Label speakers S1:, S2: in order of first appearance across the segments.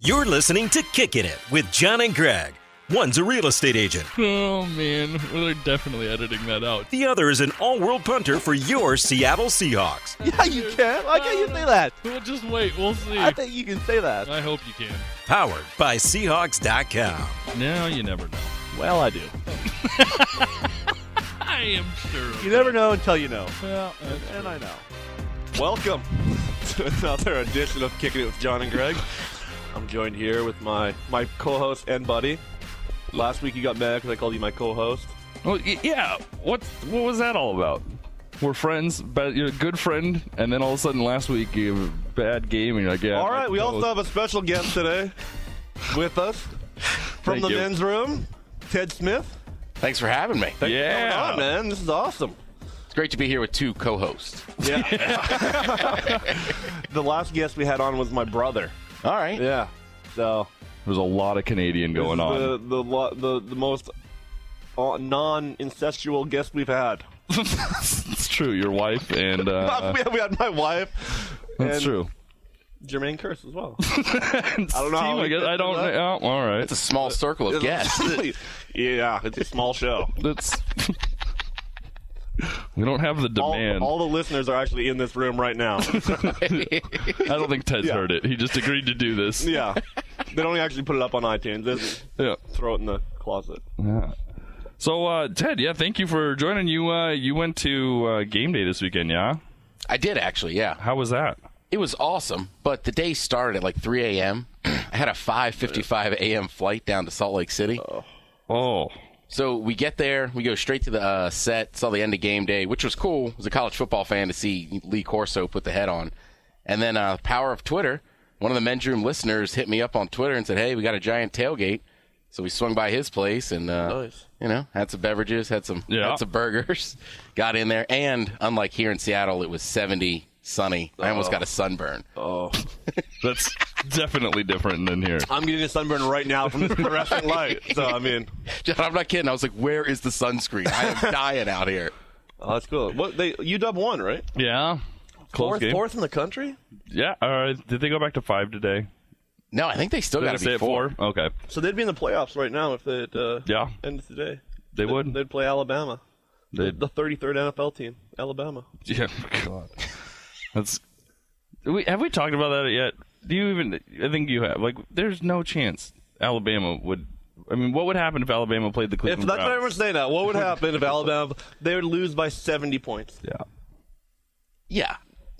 S1: You're listening to Kickin' It with John and Greg. One's a real estate agent,
S2: Oh man, we're definitely editing that out.
S1: the other is an all world punter for your Seattle Seahawks.
S3: Yeah, you can. Why can't you say that?
S2: We'll just wait. We'll see.
S3: I
S2: I,
S3: think you can say that.
S2: hope you can.
S1: Powered by Seahawks.com.
S2: Now you never know.
S3: Well, I do.
S2: I am sure. of
S3: You
S2: it.
S3: never know until you know.
S2: Well, that's
S3: And
S2: true.
S3: I know. Welcome to another edition of Kicking It with John and Greg. I'm joined here with my, my co host and buddy. Last week you got mad because I called you my co host.
S2: Well, y- yeah. What What was that all about? We're friends, but you're a good friend, and then all of a sudden last week you have a bad game, and you're like, yeah.
S3: All right, we
S2: all
S3: also have a special guest today with us from
S2: Thank
S3: the
S2: you.
S3: men's room, Ted Smith.
S4: Thanks for having me.
S3: Thanks
S2: Yeah.
S3: for coming on, man. This is awesome.
S4: It's great to be here with two co-hosts.
S3: Yeah. the last guest we had on was my brother.
S4: All right.
S3: Yeah. So
S2: There's a lot of Canadian
S3: this
S2: going
S3: is
S2: on.
S3: The the lo- the, the most uh, non-incestual guest we've had.
S2: It's true. Your wife and uh,
S3: we, had, we had my wife.
S2: that's
S3: and
S2: true.
S3: Jermaine Curse as well.
S2: I
S3: don't know how
S2: I,
S3: we
S2: guess,
S3: did
S2: I don't.
S3: that.
S2: know. Oh, all right.
S4: It's a small circle of guests.
S3: yeah, it's a small show.
S2: That's. we don't have the
S3: All,
S2: demand.
S3: all the listeners are actually in this room right now.
S2: I don't think Ted's heard it. He just agreed to do this.
S3: yeah, they don't actually put it up on iTunes. They just
S2: Yeah.
S3: throw it in the closet.
S2: So uh, Ted, yeah, thank you for joining. You uh, you went to uh, game day this weekend, yeah?
S4: I did actually, yeah.
S2: How was that?
S4: It was awesome, but the day started at like 3 a.m. I had a 5:55 a.m. flight down to Salt Lake City.
S2: Oh,
S4: So we get there, we go straight to the uh, set, saw the end of game day, which was cool. As a college football fan, to see Lee Corso put the head on, and then uh, power of Twitter. One of the men's room listeners hit me up on Twitter and said, "Hey, we got a giant tailgate." So we swung by his place and uh,
S3: Nice.
S4: you know had some beverages, had some
S2: Yeah.
S4: had some burgers, got in there, and unlike here in Seattle, it was seventy sunny. I almost got a sunburn.
S3: Oh,
S2: that's definitely different than here.
S3: I'm getting a sunburn right now from this fluorescent light. So I mean,
S4: John, I'm not kidding. I was like, "Where is the sunscreen? I am dying out here."
S3: oh, that's cool. What they UW won, right?
S2: Yeah, close
S3: Fourth,
S2: game.
S3: fourth in the country.
S2: Yeah, uh, did they go back to five today?
S4: No, I think they still
S2: Did
S4: got
S2: I
S4: to
S2: say
S4: be
S2: it four? Okay,
S3: So they'd be in the playoffs right now if they'd uh,
S2: yeah,
S3: ended today.
S2: they would.
S3: They'd play Alabama.
S2: They,
S3: The 33rd NFL team, Alabama.
S2: yeah, God, that's. We, have we talked about that yet? Do you even? I think you have. Like, there's no chance Alabama would. I mean, what would happen if Alabama played the
S3: If
S2: Cleveland
S3: that's what
S2: Browns?
S3: everyone's saying now, what would happen if Alabama they would lose by 70 points?
S2: yeah.
S4: Yeah,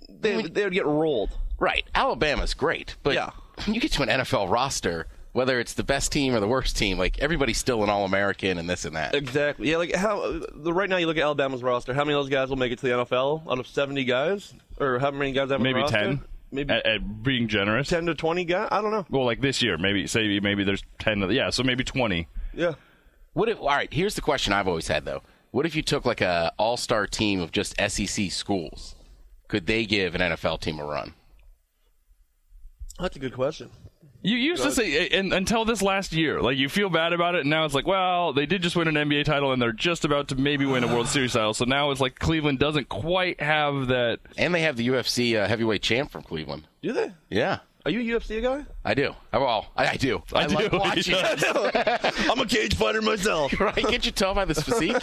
S3: They, they would get rolled.
S4: Right. Alabama's great, but
S3: Yeah.
S4: you get to an NFL roster, whether it's the best team or the worst team, like everybody's still an All American and this and that.
S3: Exactly. Yeah, like how the, right now you look at Alabama's roster. How many of those guys will make it to the NFL out of 70 guys, or how many guys have on the
S2: maybe
S3: roster?
S2: 10
S3: maybe
S2: at, at being generous
S3: 10 to 20 guys. I don't know.
S2: well like this year maybe say maybe there's 10 of- yeah so maybe 20
S3: Yeah.
S4: What if, all right, here's the question I've always had though. What if you took like a all star team of just SEC schools? Could they give an NFL team a run?
S3: That's a good question.
S2: you used to say and, until this last year like you feel bad about it and now it's like well they did just win an nba title and they're just about to maybe win a world series title so now it's like cleveland doesn't quite have that
S4: And they have the UFC uh, heavyweight champ from Cleveland.
S3: Do they?
S4: Yeah,
S3: Are you a UFC guy?
S4: I do. I, well, I, I do. I, like
S2: do.
S4: watching. it.
S3: I'm a cage fighter myself.
S4: right? Can't you tell by this physique?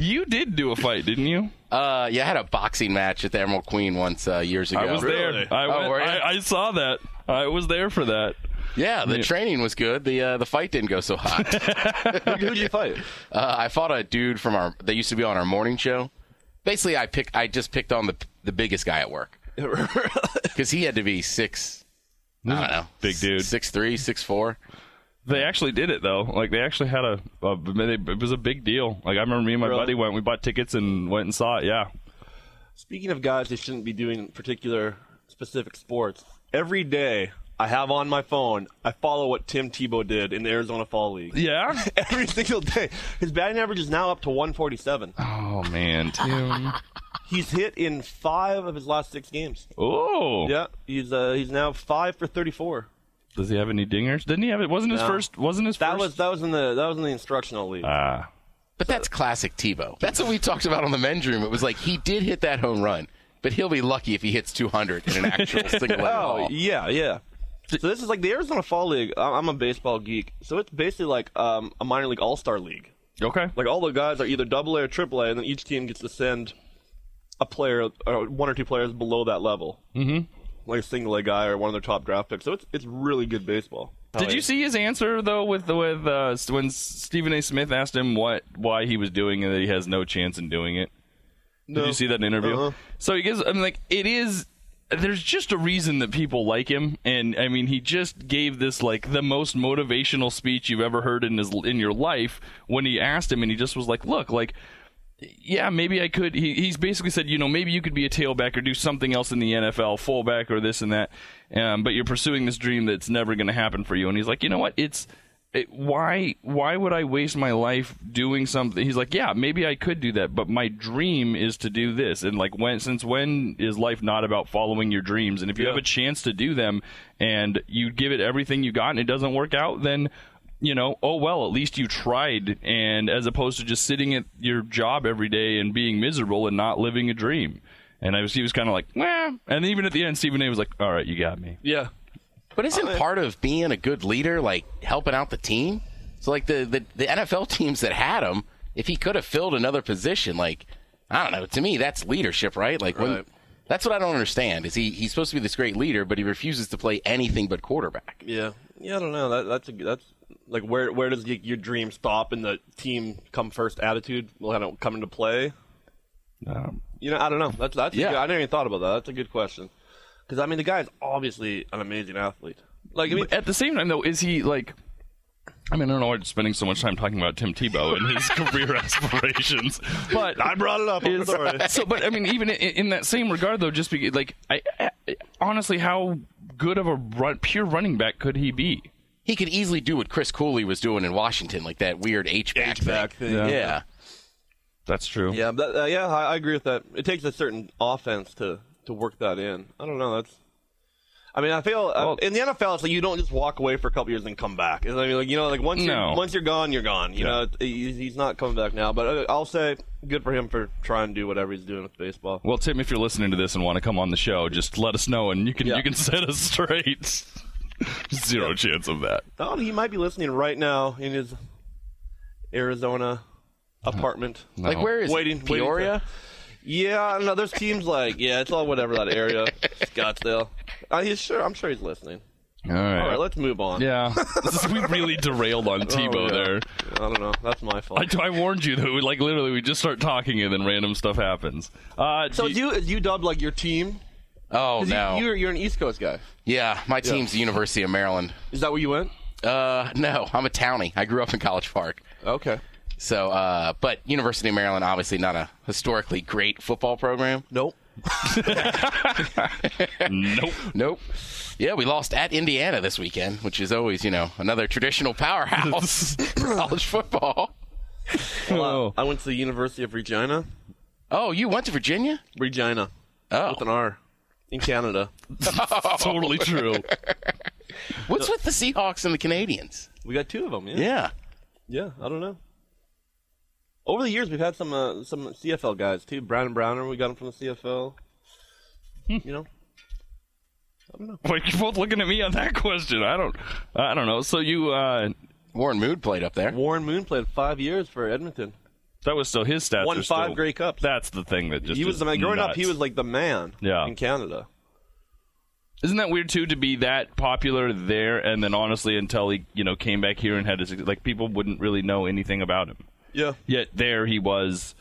S2: you did do a fight didn't you
S4: uh, yeah, I had a boxing match at the Emerald Queen once uh, years ago.
S2: i was
S3: Really?
S2: there I,
S4: Oh,
S2: went-
S4: were ya?
S2: I, I saw that i was there for that
S4: Yeah, the training was good. The uh, the fight didn't go so hot.
S3: Who'd you fight?
S4: uh, I fought a dude from our that used to be on our morning show. Basically, I pick I just picked on the the biggest guy at work because he had to be six. I don't know,
S2: big dude.
S4: six three, six four.
S2: They actually did it though. Like they actually had a, a they, it was a big deal. Like I remember me and my
S3: Really?
S2: buddy went. We bought tickets and went and saw it. Yeah,
S3: Speaking of guys they shouldn't be doing particular specific sports, every day I have on my phone, I follow what Tim Tebow did in the Arizona Fall League.
S2: yeah.
S3: Every single day. His batting average is now up to 147.
S2: Oh man, Tim.
S3: He's hit in five of his last six games.
S2: oh,
S3: Yeah, he's uh, he's now five for 34.
S2: Does he have any dingers? Didn't he have it? Wasn't his
S3: No.
S2: first? Wasn't his
S3: That
S2: first?
S3: was that was in the that was in the instructional league.
S2: Ah.
S4: But that's classic Tebow. That's what we talked about on the men's room. It was like he did hit that home run, but he'll be lucky if he hits two hundred in an actual single.
S3: oh yeah, yeah. So this is like the Arizona Fall League. I- I'm a baseball geek, so it's basically like um, a minor league All Star League.
S2: Okay.
S3: Like all the guys are either Double A or Triple A, and then each team gets to send a player, or one or two players below that level, mm-hmm. like a single A guy or one of their top draft picks. So it's it's really good baseball.
S2: Did you see his answer though with with uh, s- when Stephen A. Smith asked him what why he was doing and that he has no chance in doing it? Did you see that in an interview?
S3: Uh-huh.
S2: So he gives. I mean, like it is. There's just a reason that people like him, and I mean, he just gave this like the most motivational speech you've ever heard in his in your life when he asked him, and he just was like, "Look, like." Yeah, maybe I could. He, he's basically said, you know, maybe you could be a tailback or do something else in the NFL, fullback or this and that. Um, but you're pursuing this dream that's never going to happen for you. And he's like, you know what? It's it, why why would I waste my life doing something? He's like, yeah, maybe I could do that, but my dream is to do this. And like, when since when is life not about following your dreams? And if you have a chance to do them and you give it everything you got and it doesn't work out, then you know, oh well, at least you tried, and as opposed to just sitting at your job every day and being miserable and not living a dream. And I was, he was kind of like, well, and even at the end, Stephen A. was like, all right, you got me.
S3: Yeah.
S4: But isn't part of being a good leader like helping out the team? So like the the, the NFL teams that had him, if he could have filled another position, like I don't know. To me, that's leadership, right? Like when.
S3: Right.
S4: That's what I don't understand. Is he he's supposed to be this great leader, but he refuses to play anything but quarterback?
S3: Yeah. Yeah. I don't know. That, that's a, that's like where where does y- your dream stop and the team come first attitude will kind of come into play?
S2: Um,
S3: You know, I don't know. That's that's. A
S4: Yeah.
S3: good, I never even thought about that. That's a good question. Because I mean, the guy is obviously an amazing athlete. Like I mean,
S2: But at the same time, though, is he like? I mean, I don't know why I'm spending so much time talking about Tim Tebow and his career aspirations, but
S3: I brought it up. I'm
S2: is-
S3: sorry.
S2: so, but I mean, even in, in that same regard, though, just because, like, I, I honestly, how good of a run, pure running back could he be?
S4: He could easily do what Chris Cooley was doing in Washington, like that weird H back
S3: H-back thing,
S4: Yeah.
S3: yeah.
S2: That's true.
S3: Yeah, but, uh, yeah, I, I agree with that. It takes a certain offense to to work that in. I don't know. That's. I mean, I feel uh,
S2: Well-
S3: in the NFL, it's like you don't just walk away for a couple years and come back. I mean, like you know, like once
S2: No.
S3: you're, once you're gone, you're gone. You know, he's, he's not coming back now. But uh, I'll say, good for him for trying to do whatever he's doing with baseball.
S2: Well, Tim, if you're listening to this and want to come on the show, just let us know, and you can
S3: Yeah.
S2: you can set us straight. Zero chance of that.
S3: Oh, he might be listening right now in his Arizona
S2: Uh-huh.
S3: apartment.
S4: Like where is
S3: Waiting-
S4: waiting,
S3: waiting for-
S4: Peoria?
S3: Yeah, I don't know. There's teams like yeah, it's all whatever that area, Scottsdale. Uh, he's sure. I'm sure he's listening.
S2: All right.
S3: All right, let's move on.
S2: yeah, This is- we really derailed on Tebow
S3: yeah.
S2: there.
S3: I don't know. That's my fault.
S2: I, I warned you that we like literally we just start talking and then random stuff happens. Uh,
S3: so
S2: do-
S3: is you is you dubbed like your team?
S4: Oh
S3: 'Cause
S4: no.
S3: You, you're you're an East Coast guy.
S4: yeah, my team's the University of Maryland.
S3: Is that where you went?
S4: Uh, no, I'm a townie. I grew up in College Park.
S3: Okay.
S4: So, uh, but University of Maryland, obviously not a historically great football program.
S3: Nope.
S2: nope.
S4: Nope. Yeah, we lost at Indiana this weekend, which is always, you know, another traditional powerhouse in college football.
S2: Oh.
S3: I went to the University of Regina.
S4: Oh, you went to Virginia?
S3: Regina
S4: Oh,
S3: with an R in Canada.
S2: totally true.
S4: what's with the Seahawks and the Canadians?
S3: We got two of them. Yeah.
S4: Yeah.
S3: Yeah, I don't know. Over the years, we've had some uh, some CFL guys too. Brandon Browner, we got him from the CFL. You know,
S2: Like you're both looking at me on that question. I don't. I don't know. So you. Uh,
S4: Warren Mood played up there.
S3: Warren Moon played five years for Edmonton.
S2: that was still his stats.
S3: Won
S2: are still-
S3: five Grey Cups.
S2: That's the thing that just
S3: he was
S2: is
S3: the man. Growing up, he
S2: nuts.
S3: was like the man
S2: Yeah.
S3: in Canada.
S2: Isn't that weird too to be that popular there and then honestly until he you know came back here and had his like people wouldn't really know anything about him.
S3: Yeah.
S2: Yet there he was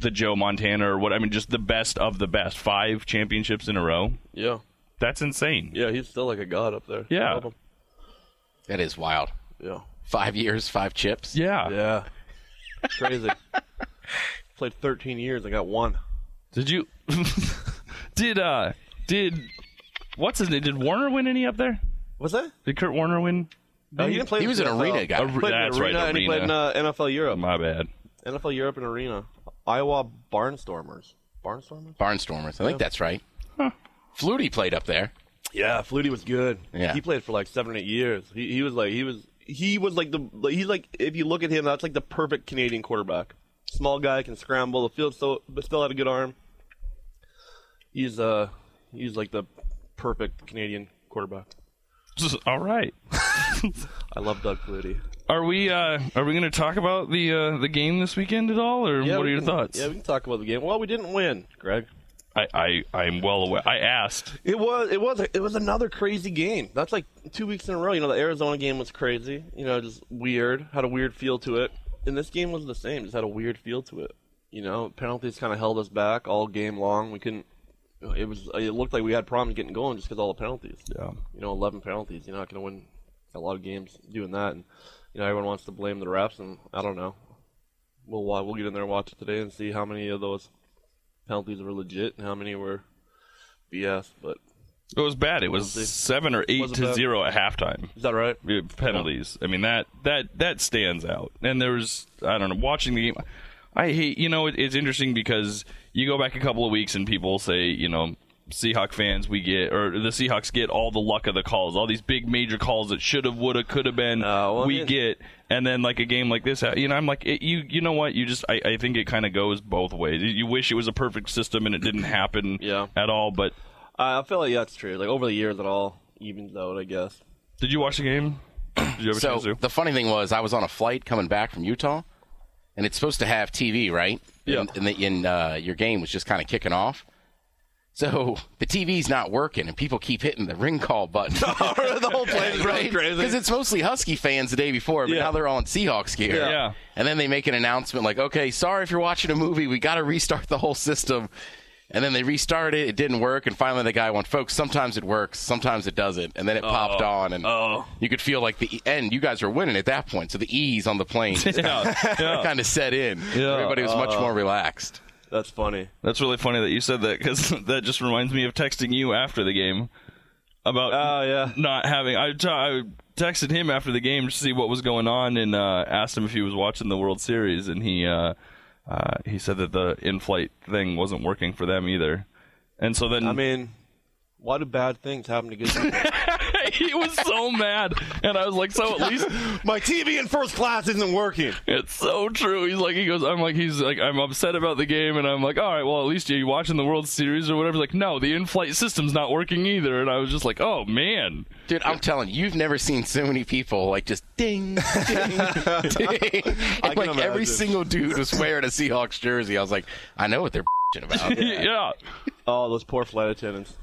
S2: the Joe Montana or what I mean just the best of the best. 5 championships in a row.
S3: Yeah.
S2: That's insane.
S3: Yeah, he's still like a god up there.
S2: Yeah.
S3: I love him.
S4: That is wild.
S3: Yeah.
S4: Five years, five chips.
S2: Yeah.
S3: Yeah. Crazy. Played 13 years. I got one.
S2: Did you Did uh did what's his name? Did Warner win any up there?
S3: What's that?
S2: Did Kurt Warner win?
S3: No, he didn't play.
S4: He
S3: in
S4: was an
S3: CFL.
S4: arena guy.
S3: He played in
S2: That's right,
S3: arena, and he played in
S2: arena.
S3: uh, NFL Europe.
S2: My bad.
S3: NFL Europe and arena. Iowa Barnstormers. Barnstormers.
S4: Barnstormers. I think that's right. Flutie played up there.
S3: Yeah, Flutie was good.
S4: Yeah.
S3: He played for like seven, eight years. He, he was like he was he was like the like, he's like if you look at him, that's like the perfect Canadian quarterback. Small guy can scramble the field, so but still had a good arm. He's uh he's like the perfect Canadian quarterback.
S2: All right.
S3: I love Doug Flutie.
S2: Are we uh, are we going to talk about the uh, the game this weekend at all, or what are
S3: we
S2: your
S3: can-
S2: thoughts?
S3: Yeah, we can talk about the game. Well, we didn't win, Greg.
S2: I, I I'm well aware. I asked.
S3: It was it was it was another crazy game. That's like two weeks in a row. You know, the Arizona game was crazy. You know, just weird. Had a weird feel to it. And this game was the same. Just had a weird feel to it. You know, penalties kind of held us back all game long. We couldn't. It was. It looked like we had problems getting going just because all the penalties.
S2: Yeah.
S3: You know, 11 penalties. You're not going to win a lot of games doing that. And you know, everyone wants to blame the refs, and I don't know. We'll wa- we'll get in there and watch it today and see how many of those penalties were legit and how many were BS. But
S2: It was bad. It was
S3: Penalty.
S2: seven or eight
S3: Wasn't
S2: to
S3: bad.
S2: zero at halftime.
S3: Is that right?
S2: Yeah, penalties. I mean that that that stands out. And there's I don't know watching the game. I hate you know it, it's interesting because you go back a couple of weeks and people say you know Seahawk fans we get or the Seahawks get all the luck of the calls, all these big major calls that should have, would have, could have been
S3: Uh, well,
S2: we
S3: it-
S2: get. And then like a game like this, uh, you know, I'm like it, you you know what you just I, I think it kind of goes both ways. You wish it was a perfect system and it didn't happen
S3: Yeah.
S2: at all. But
S3: I I feel like that's true. Like over the years, it all evens out, I guess.
S2: did you watch the game? Did you ever
S4: So
S2: chance to?
S4: the funny thing was, I was on a flight coming back from Utah, and it's supposed to have TV, right?
S3: Yeah.
S4: And, and, the, and uh, your game was just kind of kicking off. So the TV's not working, and people keep hitting the ring call button.
S3: the whole plane is really
S4: Because
S3: crazy.
S4: it's mostly Husky fans the day before, but
S3: Yeah.
S4: now they're all in Seahawks gear.
S3: Yeah.
S2: Yeah.
S4: And then they make an announcement like, okay, sorry if you're watching a movie, we got to restart the whole system. And then they restart it, it didn't work, and finally the guy went, folks, sometimes it works, sometimes it doesn't. And then it popped
S3: Oh.
S4: on, and you could feel like the e- and you guys were winning at that point, so the ease on the plane
S2: yeah, yeah.
S4: kind of set in.
S2: Yeah. Uh.
S4: Everybody was much more relaxed.
S3: That's funny.
S2: That's really funny that you said that because that just reminds me of texting you after the game about
S3: Oh yeah.
S2: not having. I t- I texted him after the game to see what was going on and uh, asked him if he was watching the World Series, and he uh, uh, he said that the in-flight thing wasn't working for them either. And so then
S3: I mean, why do bad things happen to good people?
S2: he was so mad, and I was like, "So at least
S3: My TV in first class isn't working.
S2: It's so true. He's like, he goes, I'm like, he's like, I'm upset about the game, and I'm like, all right, well, at least you're watching the World Series or whatever. Like, no, the in-flight system's not working either, and I was just like, oh man,
S4: Dude, I'm telling you, you've never seen so many people like just ding, ding, ding. And, like every
S3: imagine.
S4: single dude was wearing a Seahawks jersey. I was like, I know what they're about.
S2: yeah.
S3: Oh, those poor flight attendants.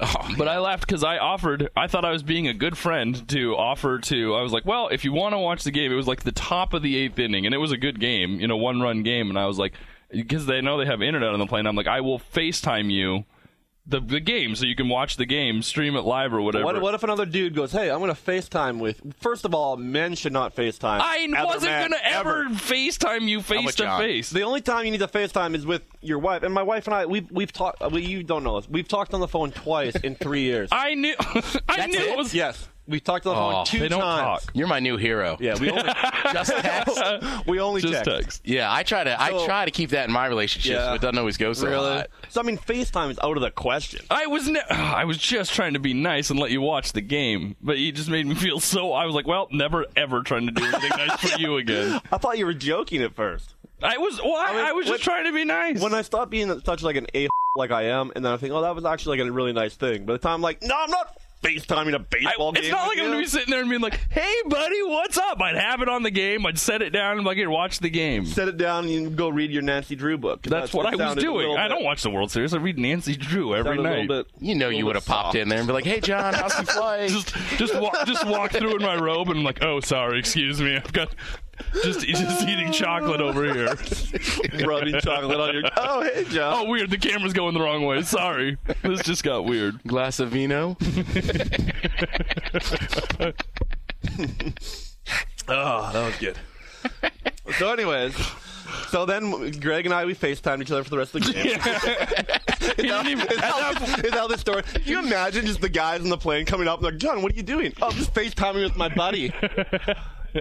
S4: Oh,
S2: But I laughed because I offered, I thought I was being a good friend to offer to. I was like, well, if you want to watch the game, it was like the top of the eighth inning, and it was a good game, you know, one-run game, and I was like, because they know they have internet on the plane, I'm like, I will FaceTime you. The, the game, so you can watch the game, stream it live or whatever.
S3: What, what if another dude goes, "Hey, I'm going to FaceTime with." First of all, men should not FaceTime.
S2: I
S3: Other
S2: wasn't
S3: men,
S2: gonna ever, FaceTime you face
S4: about
S2: to
S4: John?
S2: face.
S3: The only time you need to FaceTime is with your wife. And my wife and I, we've we've talked. Well, you don't know us. We've talked on the phone twice in three years.
S2: I knew. I knew it
S4: it?
S2: was.
S3: yes, we've talked on the
S4: Oh,
S3: phone two
S2: They don't
S3: times.
S2: talk.
S4: You're my new hero.
S3: Yeah, we only
S4: Just text.
S3: we only
S2: Just
S3: text.
S2: text.
S4: Yeah, I try to I
S3: So-
S4: try to keep that in my relationships,
S3: Yeah.
S4: but it doesn't always go so hot.
S3: So I mean, FaceTime is out of the question.
S2: I was ne- I was just trying to be nice and let you watch the game, but you just made me feel so. I was like, well, never ever trying to do anything nice for you again.
S3: I thought you were joking at first.
S2: I was. Well, I,
S3: mean,
S2: I was just
S3: when-
S2: trying to be nice.
S3: When I stop being such like an a like I am, and then I think, oh, that was actually like a really nice thing. By the time I'm like, no, I'm not FaceTiming a
S2: I-
S3: baseball game.
S2: it's not like
S3: with
S2: I'm gonna
S3: you.
S2: be sitting there and being like, "Hey, buddy, what's up?" I'd have it on the game. I'd set it down. and like, "Here, watch the game."
S3: set it down and go read your Nancy Drew book.
S2: That's what I was doing. I don't watch the World Series. I read Nancy Drew every night.
S4: You know you would have popped in there and be like, "Hey John, how's the flight?"
S2: just just walk just walk through in my robe and I'm like, oh sorry, excuse me, I've got just just eating chocolate over here.
S3: rubbing chocolate on your. Oh, hey, John.
S2: Oh weird, the camera's going the wrong way. Sorry, this just got weird.
S4: Glass of vino.
S3: Oh, that was good. so, anyways, so then Greg and I we Facetime each other for the rest of the game.
S2: He didn't even-
S3: Is how, is how this story? Can you imagine just the guys on the plane coming up and like, John, what are you doing? Oh, I'm just FaceTiming with my buddy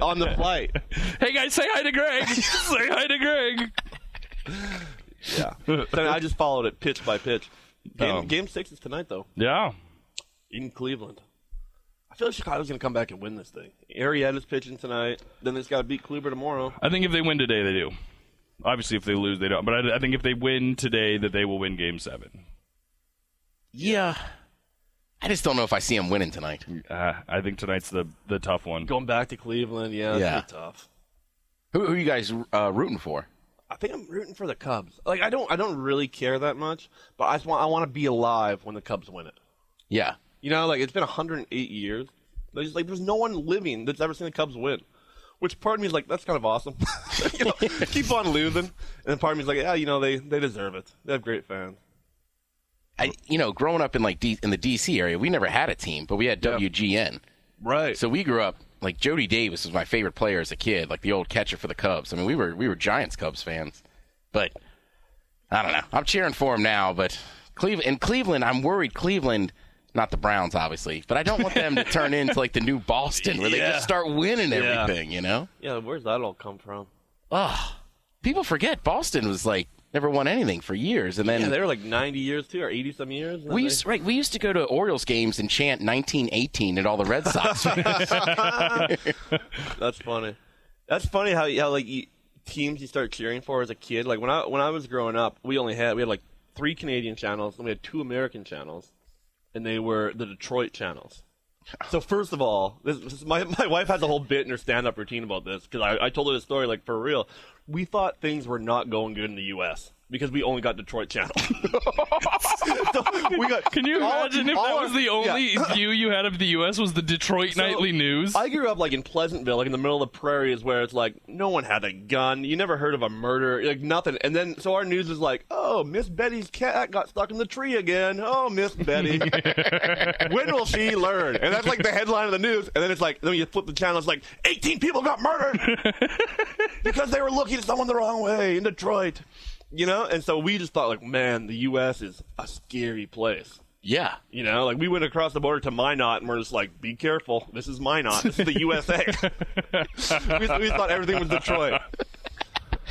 S3: on the flight.
S2: hey guys, say hi to Greg. say hi to Greg.
S3: Yeah. Then I just followed it pitch by pitch. Game,
S2: Um,
S3: game six is tonight though
S2: Yeah.
S3: in Cleveland. I feel like Chicago's gonna come back and win this thing. Arietta's pitching tonight. Then they just gotta beat Kluber tomorrow.
S2: I think if they win today, they do. Obviously, if they lose, they don't. But I, I think if they win today, that they will win Game Seven.
S4: Yeah. I just don't know if I see him winning tonight.
S2: Uh, I think tonight's the the tough one.
S3: Going back to Cleveland, yeah, that's
S4: Yeah.
S3: pretty tough.
S4: Who, who are you guys uh, rooting for?
S3: I think I'm rooting for the Cubs. Like I don't I don't really care that much, but I just want I want to be alive when the Cubs win it.
S4: Yeah.
S3: You know, like it's been 108 years. There's like there's no one living that's ever seen the Cubs win. Which part of me is like, that's kind of awesome. you know, keep on losing, and then part of me is like, yeah, you know, they they deserve it. They have great fans.
S4: I, you know, growing up in like D, in the DC area, we never had a team, but we had WGN.
S3: Right.
S4: So we grew up like Jody Davis was my favorite player as a kid, like the old catcher for the Cubs. I mean, we were we were Giants Cubs fans, but I don't know. I'm cheering for him now, but Cleveland in Cleveland, I'm worried Cleveland, not the Browns obviously, but I don't want them to turn into like the new Boston where they
S3: Yeah.
S4: just start winning everything, you know?
S3: yeah, where's that all come from?
S4: Ugh. People forget Boston was like never won anything for years and then
S3: Yeah, they were like 90 years too, or 80 some years. and then
S4: we
S3: they-
S4: used, right, we used to go to Orioles games and chant 1918 at all the Red Sox.
S3: That's funny. That's funny how how like you, teams you start cheering for as a kid. Like when I when I was growing up, we only had we had like three Canadian channels and we had two American channels, and they were the Detroit channels. So first of all, this, this is my my wife has a whole bit in her stand up routine about this because I, I told her the story like for real. We thought things were not going good in the U.S. because we only got Detroit channel. So we got,
S2: Can you
S3: all-
S2: imagine if
S3: all
S2: that
S3: our-
S2: was the
S3: yeah.
S2: only view you had of the U.S. was the Detroit Nightly News?
S3: I grew up like in Pleasantville, like in the middle of the prairies, where it's like no one had a gun. You never heard of a murder, like nothing. And then so our news is like, oh, Miss Betty's cat got stuck in the tree again. Oh, Miss Betty, when will she learn? And that's like the headline of the news. And then it's like, then you flip the channel, it's like 18 people got murdered because they were looking at someone the wrong way in Detroit. You know, and so we just thought, like, man, the U.S. is a scary place.
S4: yeah.
S3: You know, like we went across the border to Minot and we're just like, be careful. This is Minot. This is the USA. we, we thought everything was Detroit.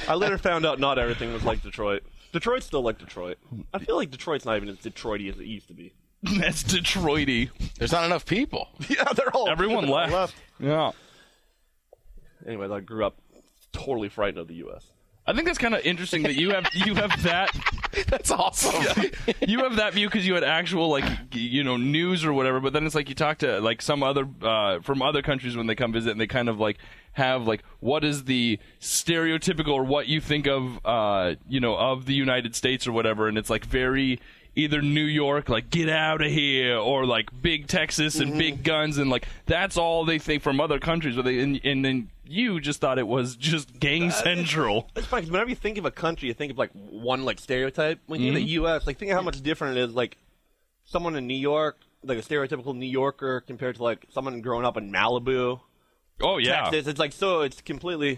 S3: I later found out not everything was like Detroit. Detroit's still like Detroit. I feel like Detroit's not even as Detroity as it used to be.
S2: That's Detroity.
S4: There's not enough people.
S3: Yeah, they're all
S2: Everyone
S3: they're all
S2: left. Yeah.
S3: Anyways, I grew up totally frightened of the U.S.
S2: I think that's kind of interesting that you have you have that
S4: That's awesome.
S2: you have that view because you had actual like y- you know news or whatever but then it's like you talk to like some other uh, from other countries when they come visit and they kind of like have like what is the stereotypical or what you think of uh, you know of the united states or whatever and it's like very either new york like get out of here or like big texas and big guns and like that's all they think from other countries but they, and, and then you just thought it was just gang central
S3: It's funny 'cause whenever you think of a country, you think of like one like stereotype. When you think of the U.S., like think of how much different it is. Like someone in New York, like a stereotypical New Yorker, compared to like someone growing up in Malibu,
S2: oh yeah
S3: Texas. It's like so. It's completely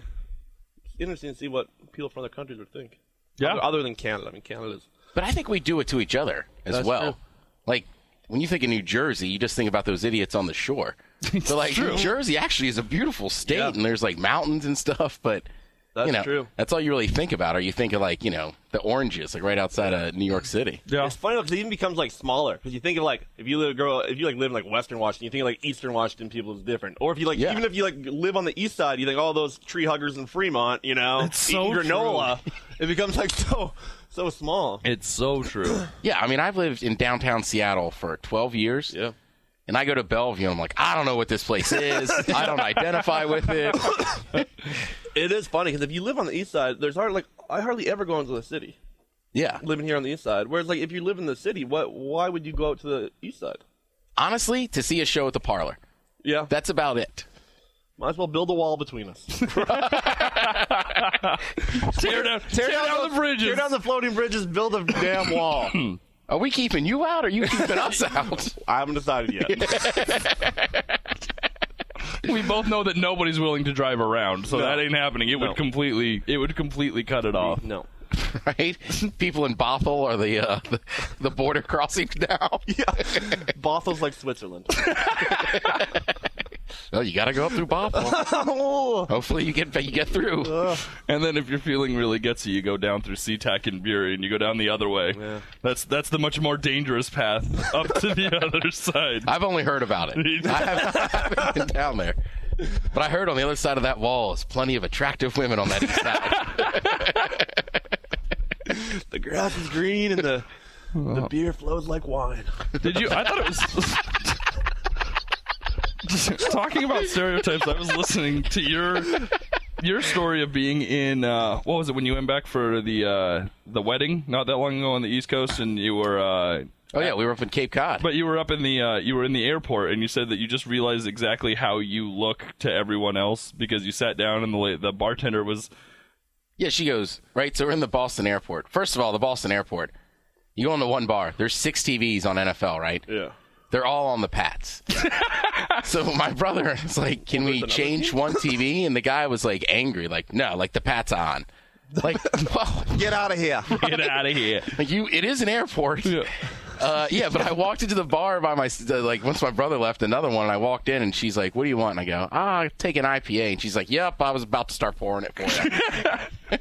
S3: it's interesting to see what people from other countries would think.
S2: yeah
S3: Other, other than Canada, I mean Canada's.
S4: But I think we do it to each other as
S3: That's
S4: well.
S3: true.
S4: Like when you think of New Jersey, you just think about those idiots on the shore. so like New Jersey actually is a beautiful state
S3: Yeah.
S4: and there's like mountains and stuff, but
S3: That's
S4: you know,
S3: true.
S4: that's all you really think about. Or you think of like, you know, the oranges like right outside of New York City.
S2: yeah
S3: It's funny because it even becomes like smaller because you think of like if you live girl if you like live in like Western Washington, you think of like Eastern Washington people is different. Or if you like
S4: Yeah.
S3: even if you like live on the East Side, you think all those tree huggers in Fremont, you know,
S2: That's so
S3: eating granola. it becomes like so so small.
S2: it's so true
S4: Yeah, I mean I've lived in downtown Seattle for twelve years.
S3: Yeah.
S4: And I go to Bellevue and I'm like, I don't know what this place is. I don't identify with it.
S3: It is funny because if you live on the East Side, there's hardly like I hardly ever go into the city
S4: Yeah.
S3: living here on the East Side. Whereas like if you live in the city, what why would you go out to the East Side?
S4: Honestly, to see a show at the parlor.
S3: Yeah,
S4: That's about it.
S3: might as well build a wall between us.
S2: tear down tear, down, the bridges
S3: Tear down the floating bridges. Build a damn wall.
S4: Are we keeping you out or are you keeping us out?
S3: I haven't decided yet.
S2: we both know that nobody's willing to drive around, so
S3: No.
S2: that ain't happening. It
S3: No.
S2: would completely it would completely cut it off.
S3: no.
S4: right? People in Bothell are the uh, the, the border crossing now.
S3: Yeah. Bothel's like Switzerland.
S4: Well, you got to go up through Bothell.
S3: oh.
S4: Hopefully, you get you get through.
S2: And then if you're feeling really gutsy, you go down through SeaTac and Bury and you go down the other way. That's that's the much more dangerous path up to the other side.
S4: I've only heard about it. I haven't, I haven't been down there, but I heard on the other side of that wall is plenty of attractive women on that east side.
S3: The grass is green and the The beer flows like wine.
S2: Did you? I thought it was. Just talking about stereotypes, I was listening to your your story of being in uh, what was it when you went back for the uh, the wedding not that long ago on the East Coast, and you were uh,
S4: Oh yeah, we were up in Cape Cod.
S2: but you were up in the uh, you were in the airport, and you said that you just realized exactly how you look to everyone else because you sat down and the la- the bartender was
S4: yeah, she goes right. So we're in the Boston airport. First of all, the Boston airport. You go into one bar. There's six TVs on NFL, right?
S3: Yeah.
S4: They're all on the Pats. so my brother was like, "Can we change one TV?" And the guy was like, angry, like, "No, like the Pats are on." Like, well,
S5: Get out of here.
S2: get out of here.
S4: Like you, it is an airport. Yeah. Uh, yeah, but I walked into the bar by my uh, like once my brother left another one, and I walked in, and she's like, "What do you want?" And I go, "Ah, I'll take an IPA." And she's like, "Yep, I was about to start pouring it for you." I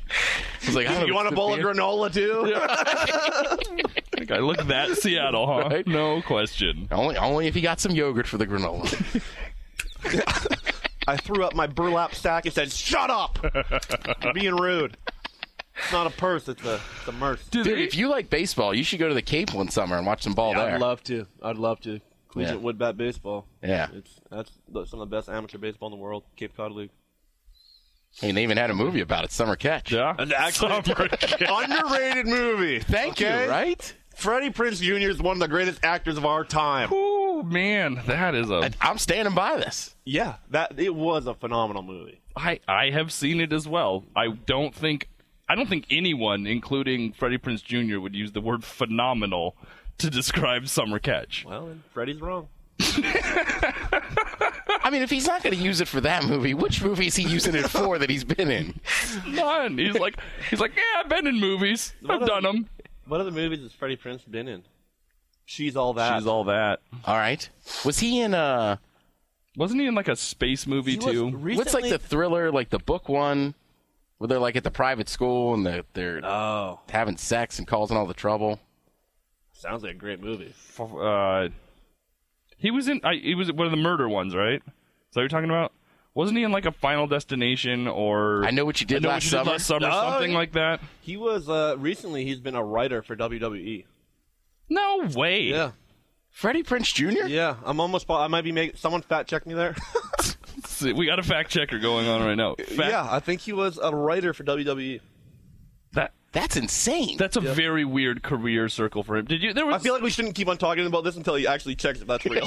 S4: was like, I don't
S5: You want a
S4: know,
S5: bowl of granola too?
S2: Like, I look that Seattle, huh?
S4: Right.
S2: No question.
S4: only only if you got some yogurt for the granola."
S5: I threw up my burlap sack and said, "Shut up! You're being rude." It's not a purse. It's a it's a merce.
S4: Dude, if you like baseball, you should go to the Cape one summer and watch some ball there.
S3: I'd love to. I'd love to. Collegiate
S4: Yeah.
S3: wood bat baseball.
S4: Yeah.
S3: It's that's the- some of the best amateur baseball in the world. Cape Cod League.
S4: I mean, they even had a movie about it, Summer Catch.
S2: yeah.
S5: And actually-
S2: Summer camp.
S5: Underrated movie.
S4: Thank
S5: okay?
S4: you. Right?
S5: Freddie Prince Jr. is one of the greatest actors of our time.
S2: Oh man, that is a.
S4: I'm standing by this.
S5: Yeah, that it was a phenomenal movie.
S2: I I have seen it as well. I don't think I don't think anyone, including Freddie Prince Jr., would use the word phenomenal to describe summer catch.
S3: Well, and Freddie's wrong.
S4: I mean, if he's not going to use it for that movie, which movie is he using it for that he's been in?
S2: None. He's like he's like yeah, I've been in movies. I've
S3: What
S2: done
S3: a-
S2: them.
S3: What other movies has Freddie Prince been in? She's all that.
S2: She's all that.
S4: All right. Was he in uh
S2: Wasn't he in like a space movie
S3: He was
S2: too?
S3: recently-
S4: what's like the thriller, like the book one where they're like at the private school and they're they're
S3: Oh,
S4: having sex and causing all the trouble?
S3: sounds like a great movie.
S2: uh, he was in. I, he was one of the murder ones, right? Is that what you're talking about? Wasn't he in like a Final Destination or
S4: I know what you
S2: I
S4: did,
S2: know what
S4: last,
S2: you
S4: summer.
S2: did last summer,
S3: Oh,
S2: something
S3: yeah.
S2: like that?
S3: He was uh recently. He's been a writer for WWE.
S2: No way.
S3: Yeah,
S4: Freddie Prince Jr.?
S3: yeah. I'm almost. po- I might be making someone fact check me there.
S2: See, we got a fact checker going on right now. Fact-
S3: yeah, I think he was a writer for E. WWE.
S2: that
S4: That's insane.
S2: that's a very weird career circle for him. Did you? There was.
S3: I feel like we shouldn't keep on talking about this until he actually checks if that's real.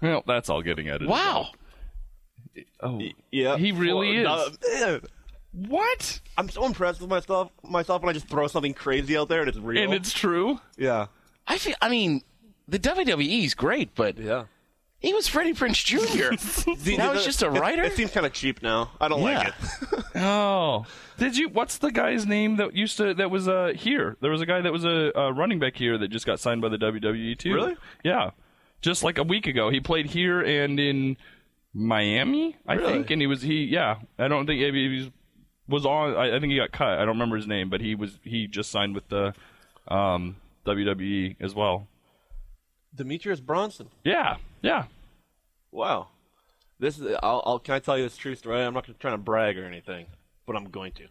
S2: well, that's all getting edited.
S4: wow.
S2: Oh,
S3: yeah,
S2: He really
S3: Well,
S2: is.
S3: no,
S2: what?
S3: I'm so impressed with myself myself when I just throw something crazy out there and it's real.
S2: And it's true.
S3: yeah,
S4: I feel I mean, the WWE's great, but
S3: yeah.
S4: he was Freddie Prince Jr. now he's just a writer?
S3: It, seems kind of cheap now. I don't like
S4: Yeah.
S3: it.
S2: Oh, did you? What's the guy's name that used to that was uh here? There was a guy that was a, a running back here that just got signed by the WWE too.
S3: Really?
S2: Yeah, just like a week ago, he played here and in Miami, I think. And he was he yeah. I don't think maybe he was, was on. I, I think he got cut. I don't remember his name, but he was he just signed with the um, WWE as well.
S3: Demetrius Bronson.
S2: Yeah, yeah.
S3: Wow. This is. I'll, I'll. Can I tell you this true story? I'm not gonna- trying to brag or anything, but I'm going to.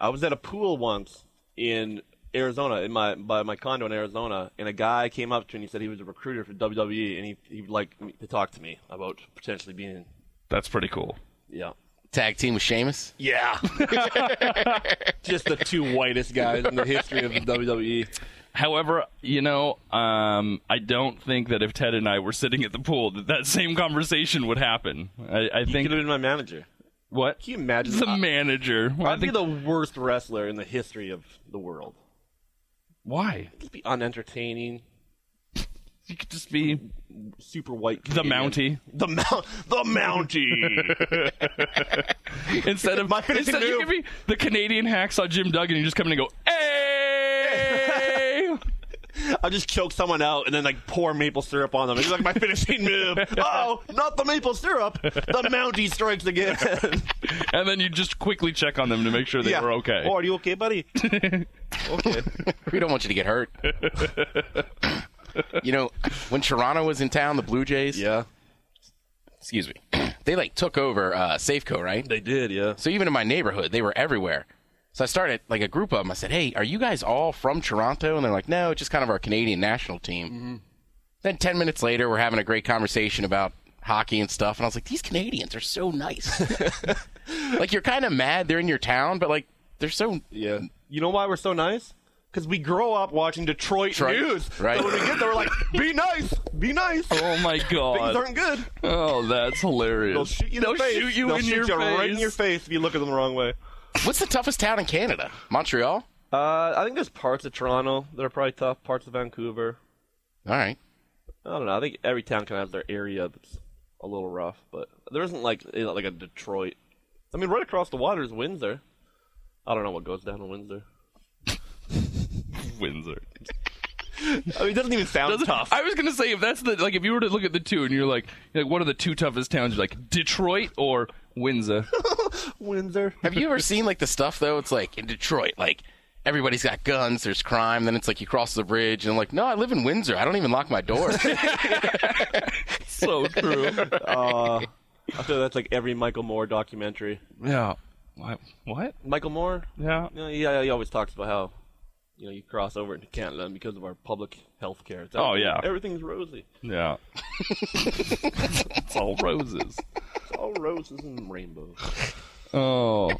S3: I was at a pool once in Arizona, in my by my condo in Arizona, and a guy came up to me and he said he was a recruiter for WWE, and he he would like me- to talk to me about potentially being.
S2: That's pretty cool.
S3: Yeah.
S4: Tag team with Sheamus?
S3: Yeah. Just the two whitest guys in the history of the E. WWE.
S2: However, you know, um, I don't think that if Ted and I were sitting at the pool, that that same conversation would happen. I, I
S3: He
S2: think
S3: could have been my manager.
S2: what
S3: Can you imagine?
S2: the
S3: I-
S2: manager. Well, I
S3: I'd be
S2: think
S3: the worst wrestler in the history of the world.
S2: why
S3: Just be unentertaining,
S2: you could just be
S3: super white.
S2: the
S3: Canadian.
S2: Mountie
S5: The mount, the Mountie.
S2: instead of
S5: My finishing
S2: instead you
S5: move.
S2: could be the Canadian hacksaw Jim Duggan. You just come in and go, hey.
S5: I just choke someone out and then like pour maple syrup on them. It's like my finishing move. Oh, not the maple syrup. The Mountie strikes again.
S2: And then you just quickly check on them to make sure they were okay.
S3: Oh,
S5: Or are you okay, buddy?
S3: Okay.
S4: We don't want you to get hurt. you know, when Toronto was in town, the Blue Jays,
S3: yeah.
S4: excuse me, they like took over uh, Safeco, right?
S3: They did, yeah.
S4: So even in my neighborhood, they were everywhere. So I started like a group of them. I said, "Hey, are you guys all from Toronto?" And they're like, "No, it's just kind of our Canadian national team." Then ten minutes later, we're having a great conversation about hockey and stuff, and I was like, "These Canadians are so nice." like you're kind of mad they're in your town, but like they're so
S3: Yeah. You know why we're so nice? Because we grow up watching Detroit,
S4: Detroit,
S3: news.
S4: right.
S3: So when we get there, we're like, be nice, be nice. Things
S2: Oh my god!
S3: aren't good.
S2: Oh, that's hilarious.
S3: They'll shoot you in the
S2: They'll
S3: face.
S2: shoot you
S3: They'll
S2: in your
S3: shoot you right in
S2: face.
S3: your face if you look at them the wrong way.
S4: What's the toughest town in Canada? Montreal.
S3: Uh,
S6: I think there's parts of Toronto that are probably tough, parts of Vancouver.
S4: All right.
S6: I don't know. I think every town kind of has their area that's a little rough, but there isn't like you know, like a Detroit. I mean, right across the water is Windsor. I don't know what goes down in Windsor.
S2: Windsor.
S3: I mean, it doesn't even sound
S2: Doesn't-
S3: tough.
S2: I was gonna say if that's the like if you were to look at the two and you're like like what are the two toughest towns? You're like Detroit or Windsor.
S3: Windsor.
S4: Have you ever seen like the stuff though? It's like in Detroit, like everybody's got guns, there's crime. Then it's like you cross the bridge and I'm like, no, I live in Windsor. I don't even lock my door.
S2: so true.
S6: Uh,
S3: I feel that's like every Michael Moore documentary.
S2: Yeah. What? What?
S3: Michael Moore?
S2: Yeah.
S3: You know, yeah, he always talks about how you know you cross over into Canada because of our public health care. It's
S2: Oh
S3: everything-
S2: yeah.
S3: everything's rosy.
S2: Yeah. it's all roses.
S3: It's all roses and rainbows.
S2: Oh.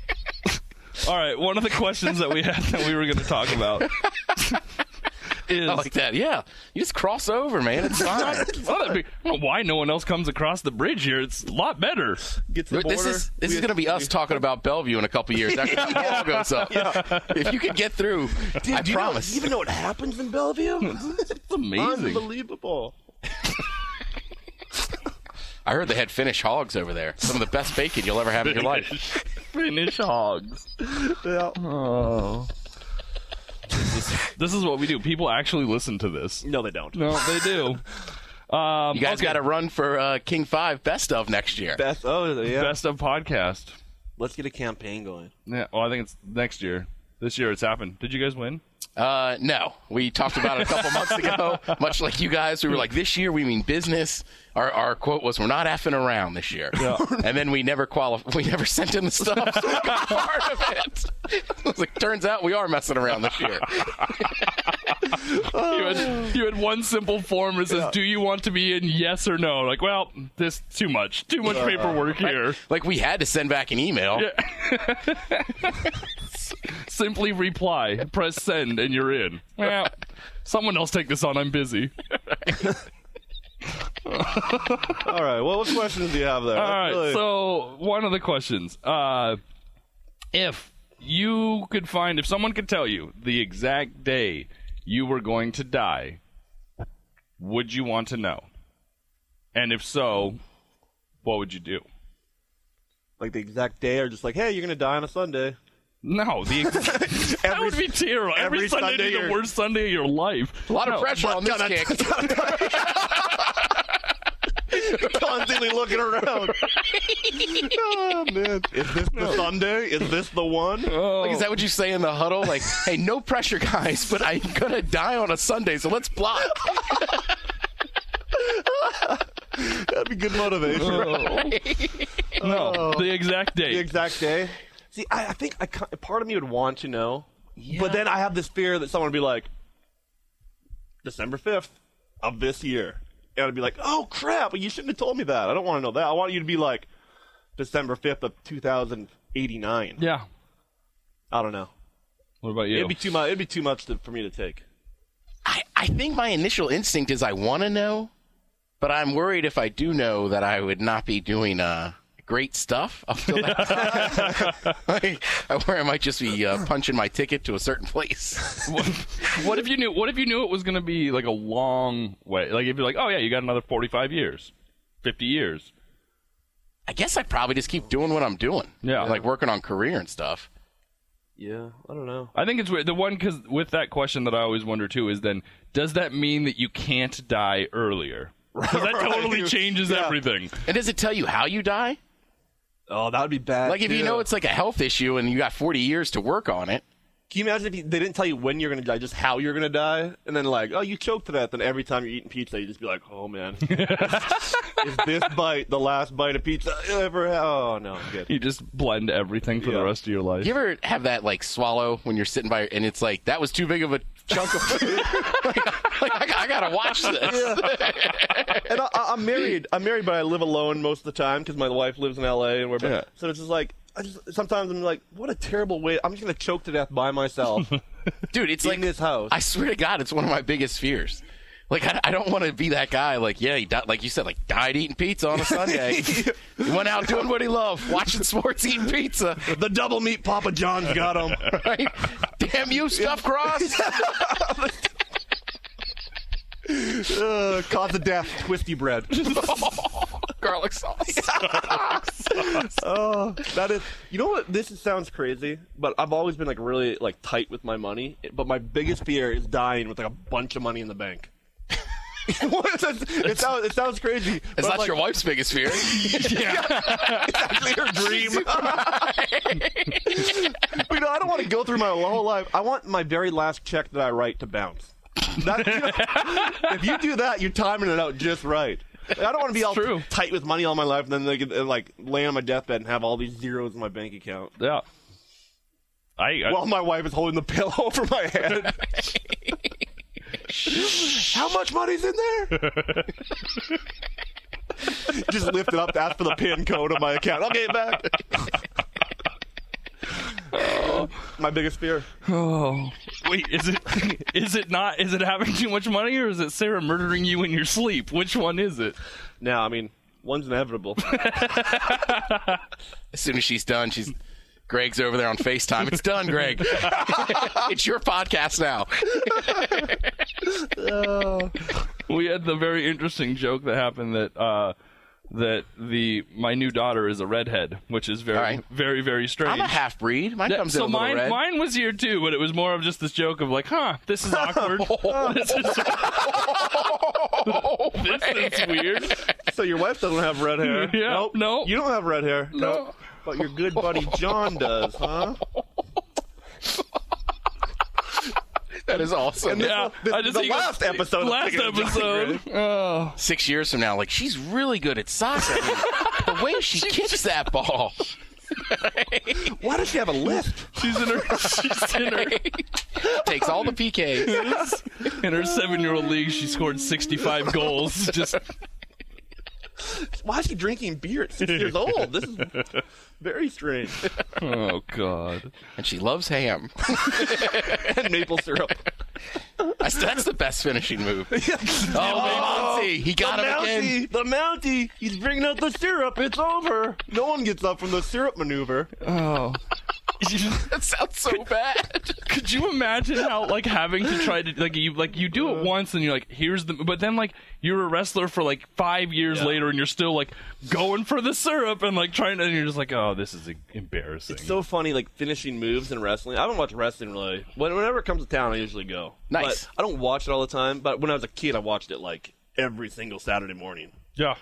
S2: All right. One of the questions that we had that we were going to talk about is
S4: like that. Yeah. You just cross over, man. It's fine.
S2: It's not that big- I don't know why no one else comes across the bridge here. It's a lot better.
S3: Get to the
S4: But this
S3: border.
S4: is this is going to be us talking about Bellevue in a couple years after the wall goes up. If you could get through, I
S3: Do you know-
S4: promise.
S3: you even know what happens in Bellevue?
S2: It's amazing.
S3: Unbelievable.
S4: I heard they had Finnish hogs over there. Some of the best bacon you'll ever have in your life.
S2: Finish hogs. Oh. This is what we do. People actually listen to this.
S3: No, they don't.
S2: No, they do.
S3: Um,
S4: You guys got to run for uh, King Five Best of next year.
S3: Beth, oh yeah.
S2: Best of podcast.
S3: Let's get a campaign going.
S2: Yeah. Well, I think it's next year. This year it's happened. Did you guys win?
S4: Uh, no, we talked about it a couple months ago. Much like you guys, we were like, "This year, we mean business." Our, our quote was, "We're not effing around this year." And then we never qualified. We never sent in the stuff. So we got part of it. It was like, turns out we are messing around this year.
S2: You had, you had one simple form that says, "Do you want to be in? Yes or no?" Like, well, this too much, too much paperwork here.
S4: Like we had to send back an email.
S2: Simply reply, press send, and you're in. Well, someone else take this on. I'm busy.
S3: All right. Well, what questions do you have there?
S2: All right. So one of the questions: uh, If you could find, if someone could tell you the exact day you were going to die, would you want to know? And if so, what would you do?
S3: like the exact day, or just like, hey, you're gonna die on a Sunday.
S2: No, the ex- that would be terrible. Every,
S3: every
S2: Sunday,
S3: Sunday
S2: be the
S3: you're-
S2: worst Sunday of your life.
S4: A lot of pressure on this
S3: Dun-
S4: kick.
S3: Constantly looking around. oh man, is this the Sunday? Is this the one?
S2: Uh,
S4: Like, is that what you say in the huddle? Like, hey, no pressure, guys, but I'm gonna die on a Sunday, so let's block.
S3: That'd be good motivation. Oh,
S2: No, the exact day.
S3: the exact day. See, I, I think I ki- part of me would want to know, but then I have this fear that someone would be like, December fifth of this year, and I'd be like, oh crap, you shouldn't have told me that. I don't want to know that. I want you to be like, December fifth of two thousand eighty nine.
S2: yeah.
S3: I don't know.
S2: What about you?
S3: It'd be too much. It'd be too much to, for me to take.
S4: I, I think my initial instinct is I want to know, but I'm worried if I do know that I would not be doing uh, great stuff up till that time. like, I worry I might just be uh, punching my ticket to a certain place.
S2: what, what if you knew? What if you knew it was going to be like a long way? Like if you're like, oh yeah, you got another 45 years, 50 years.
S4: I guess I probably just keep doing what I'm doing.
S2: Yeah.
S4: Like working on career and stuff.
S3: Yeah, I don't know.
S2: I think it's weird. The one because with that question that I always wonder too is then does that mean that you can't die earlier? 'Cause that totally changes everything.
S4: And does it tell you how you die?
S3: Oh, that would be bad.
S4: Like if you
S3: too.
S4: know it's like a health issue and you got 40 years to work on it,
S3: Can you imagine if you, they didn't tell you when you're gonna die, just how you're gonna die, and then like, oh, you choked to that. Then every time you're eating pizza, you just be like, oh man, is this bite the last bite of pizza I ever? had? Oh no, I'm good.
S2: You just blend everything for
S3: Yeah.
S2: the rest of your life.
S4: You ever have that like swallow when you're sitting by and it's like that was too big of a chunk of food? like, I, I gotta watch this.
S3: and I, I, I'm married. I'm married, but I live alone most of the time because my wife lives in L.A. and we're
S4: Yeah.
S3: so it's just like I just, sometimes I'm like, what a terrible way. I'm just gonna choke to death by myself
S4: Dude, it's
S3: in
S4: like
S3: this house.
S4: I swear to God, it's one of my biggest fears. Like I, I don't want to be that guy. Like yeah, he died. Like you said, like died eating pizza on a Sunday. he went out doing what he loved, watching sports, eating pizza.
S3: the double meat Papa John's got him.
S4: Right? Damn you, stuffed cross.
S3: uh, cause of death, twisty bread.
S4: Garlic sauce.
S3: Oh, that is. You know what? This is- sounds crazy, but I've always been like really like tight with my money. But my biggest fear is dying with like a bunch of money in the bank. What? it, sounds, it sounds crazy.
S4: It's
S3: but
S4: not
S3: like,
S4: your wife's biggest fear.
S3: your dream. but, you know, I don't want to go through my whole life. I want my very last check that I write to bounce. That, you know, if you do that, you're timing it out just right. Like, I don't want to be all
S2: true.
S3: tight with money all my life, and then they could, uh, like lay on my deathbed and have all these zeros in my bank account.
S2: yeah. I, I
S3: While my wife is holding the pillow over my head. How much money's in there? Just lift it up to ask for the pin code of my account. I'll get it back. my biggest fear.
S2: oh wait, is it is it not is it having too much money or is it Sarah murdering you in your sleep? Which one is it?
S3: Now, I mean, one's inevitable.
S4: As soon as she's done, she's Greg's over there on FaceTime. It's done, Greg. it's your podcast now.
S2: we had the very interesting joke that happened that uh that the my new daughter is a redhead, which is very
S4: All right.
S2: very very strange.
S4: I'm a half breed. Mine
S2: Yeah,
S4: comes
S2: so
S4: in a little
S2: mine
S4: red.
S2: mine was here too, but it was more of just this joke of like, huh, this is awkward. this, is, this is weird.
S3: so your wife doesn't have red hair.
S2: Yeah,
S3: nope.
S2: no.
S3: You don't have red hair.
S2: No.
S3: But your good buddy John does, huh?
S4: That is awesome.
S2: Yeah,
S3: this-
S2: I just
S3: the
S2: think of-
S3: last episode of
S2: Last
S3: Picking a Jock
S2: episode. Oh,
S4: Six years from now, like she's really good at soccer. the way she kicks that ball.
S3: Why does she have a lisp?
S2: she's in her she's in her
S4: Takes all the PKs.
S2: in her seven year old league. She scored sixty five goals. Just
S3: Why is he drinking beer at six years old? This is very strange.
S2: oh god.
S4: And she loves ham.
S3: and maple syrup.
S4: That's, that's the best finishing move. Oh, Monty. He got him again.
S3: Mountie, the Mountie, he's bringing out the syrup. It's over. No one gets up from the syrup maneuver.
S2: Oh.
S4: That sounds so bad.
S2: Could you imagine how like having to try to like you like you do it once and you're like here's the but then like you're a wrestler for like five years later and you're still like going for the syrup and like trying to and you're just like oh this is e- embarrassing.
S3: So funny, like finishing moves in wrestling. I haven't watched wrestling really. When- Whenever it comes to town, I usually go.
S4: Nice.
S3: But I don't watch it all the time, but when I was a kid, I watched it like every single Saturday morning.
S2: yeah,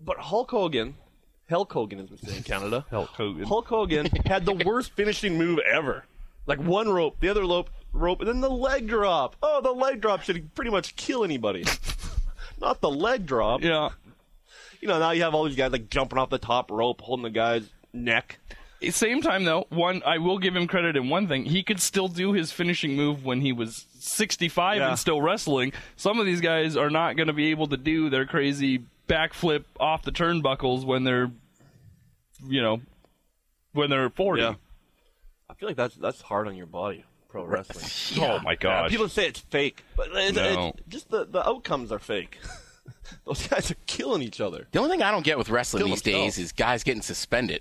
S3: But Hulk Hogan, Hulk Hogan is say in Canada.
S2: Hulk Hogan.
S3: Hulk Hogan had the worst finishing move ever. Like one rope, the other rope, rope, and then the leg drop. Oh, the leg drop should pretty much kill anybody. Not the leg drop.
S2: yeah.
S3: You know, now you have all these guys like jumping off the top rope, holding the guy's neck.
S2: Same time though, one I will give him credit in one thing. He could still do his finishing move when he was 65
S3: Yeah.
S2: and still wrestling. Some of these guys are not going to be able to do their crazy backflip off the turnbuckles when they're, you know, when they're 40.
S3: Yeah. I feel like that's that's hard on your body, pro wrestling.
S2: Oh my gosh.
S3: People say it's fake, but it's,
S2: No.
S3: it's just the, the outcomes are fake. Those guys are killing each other.
S4: The only thing I don't get with wrestling these
S3: himself.
S4: days is guys getting suspended.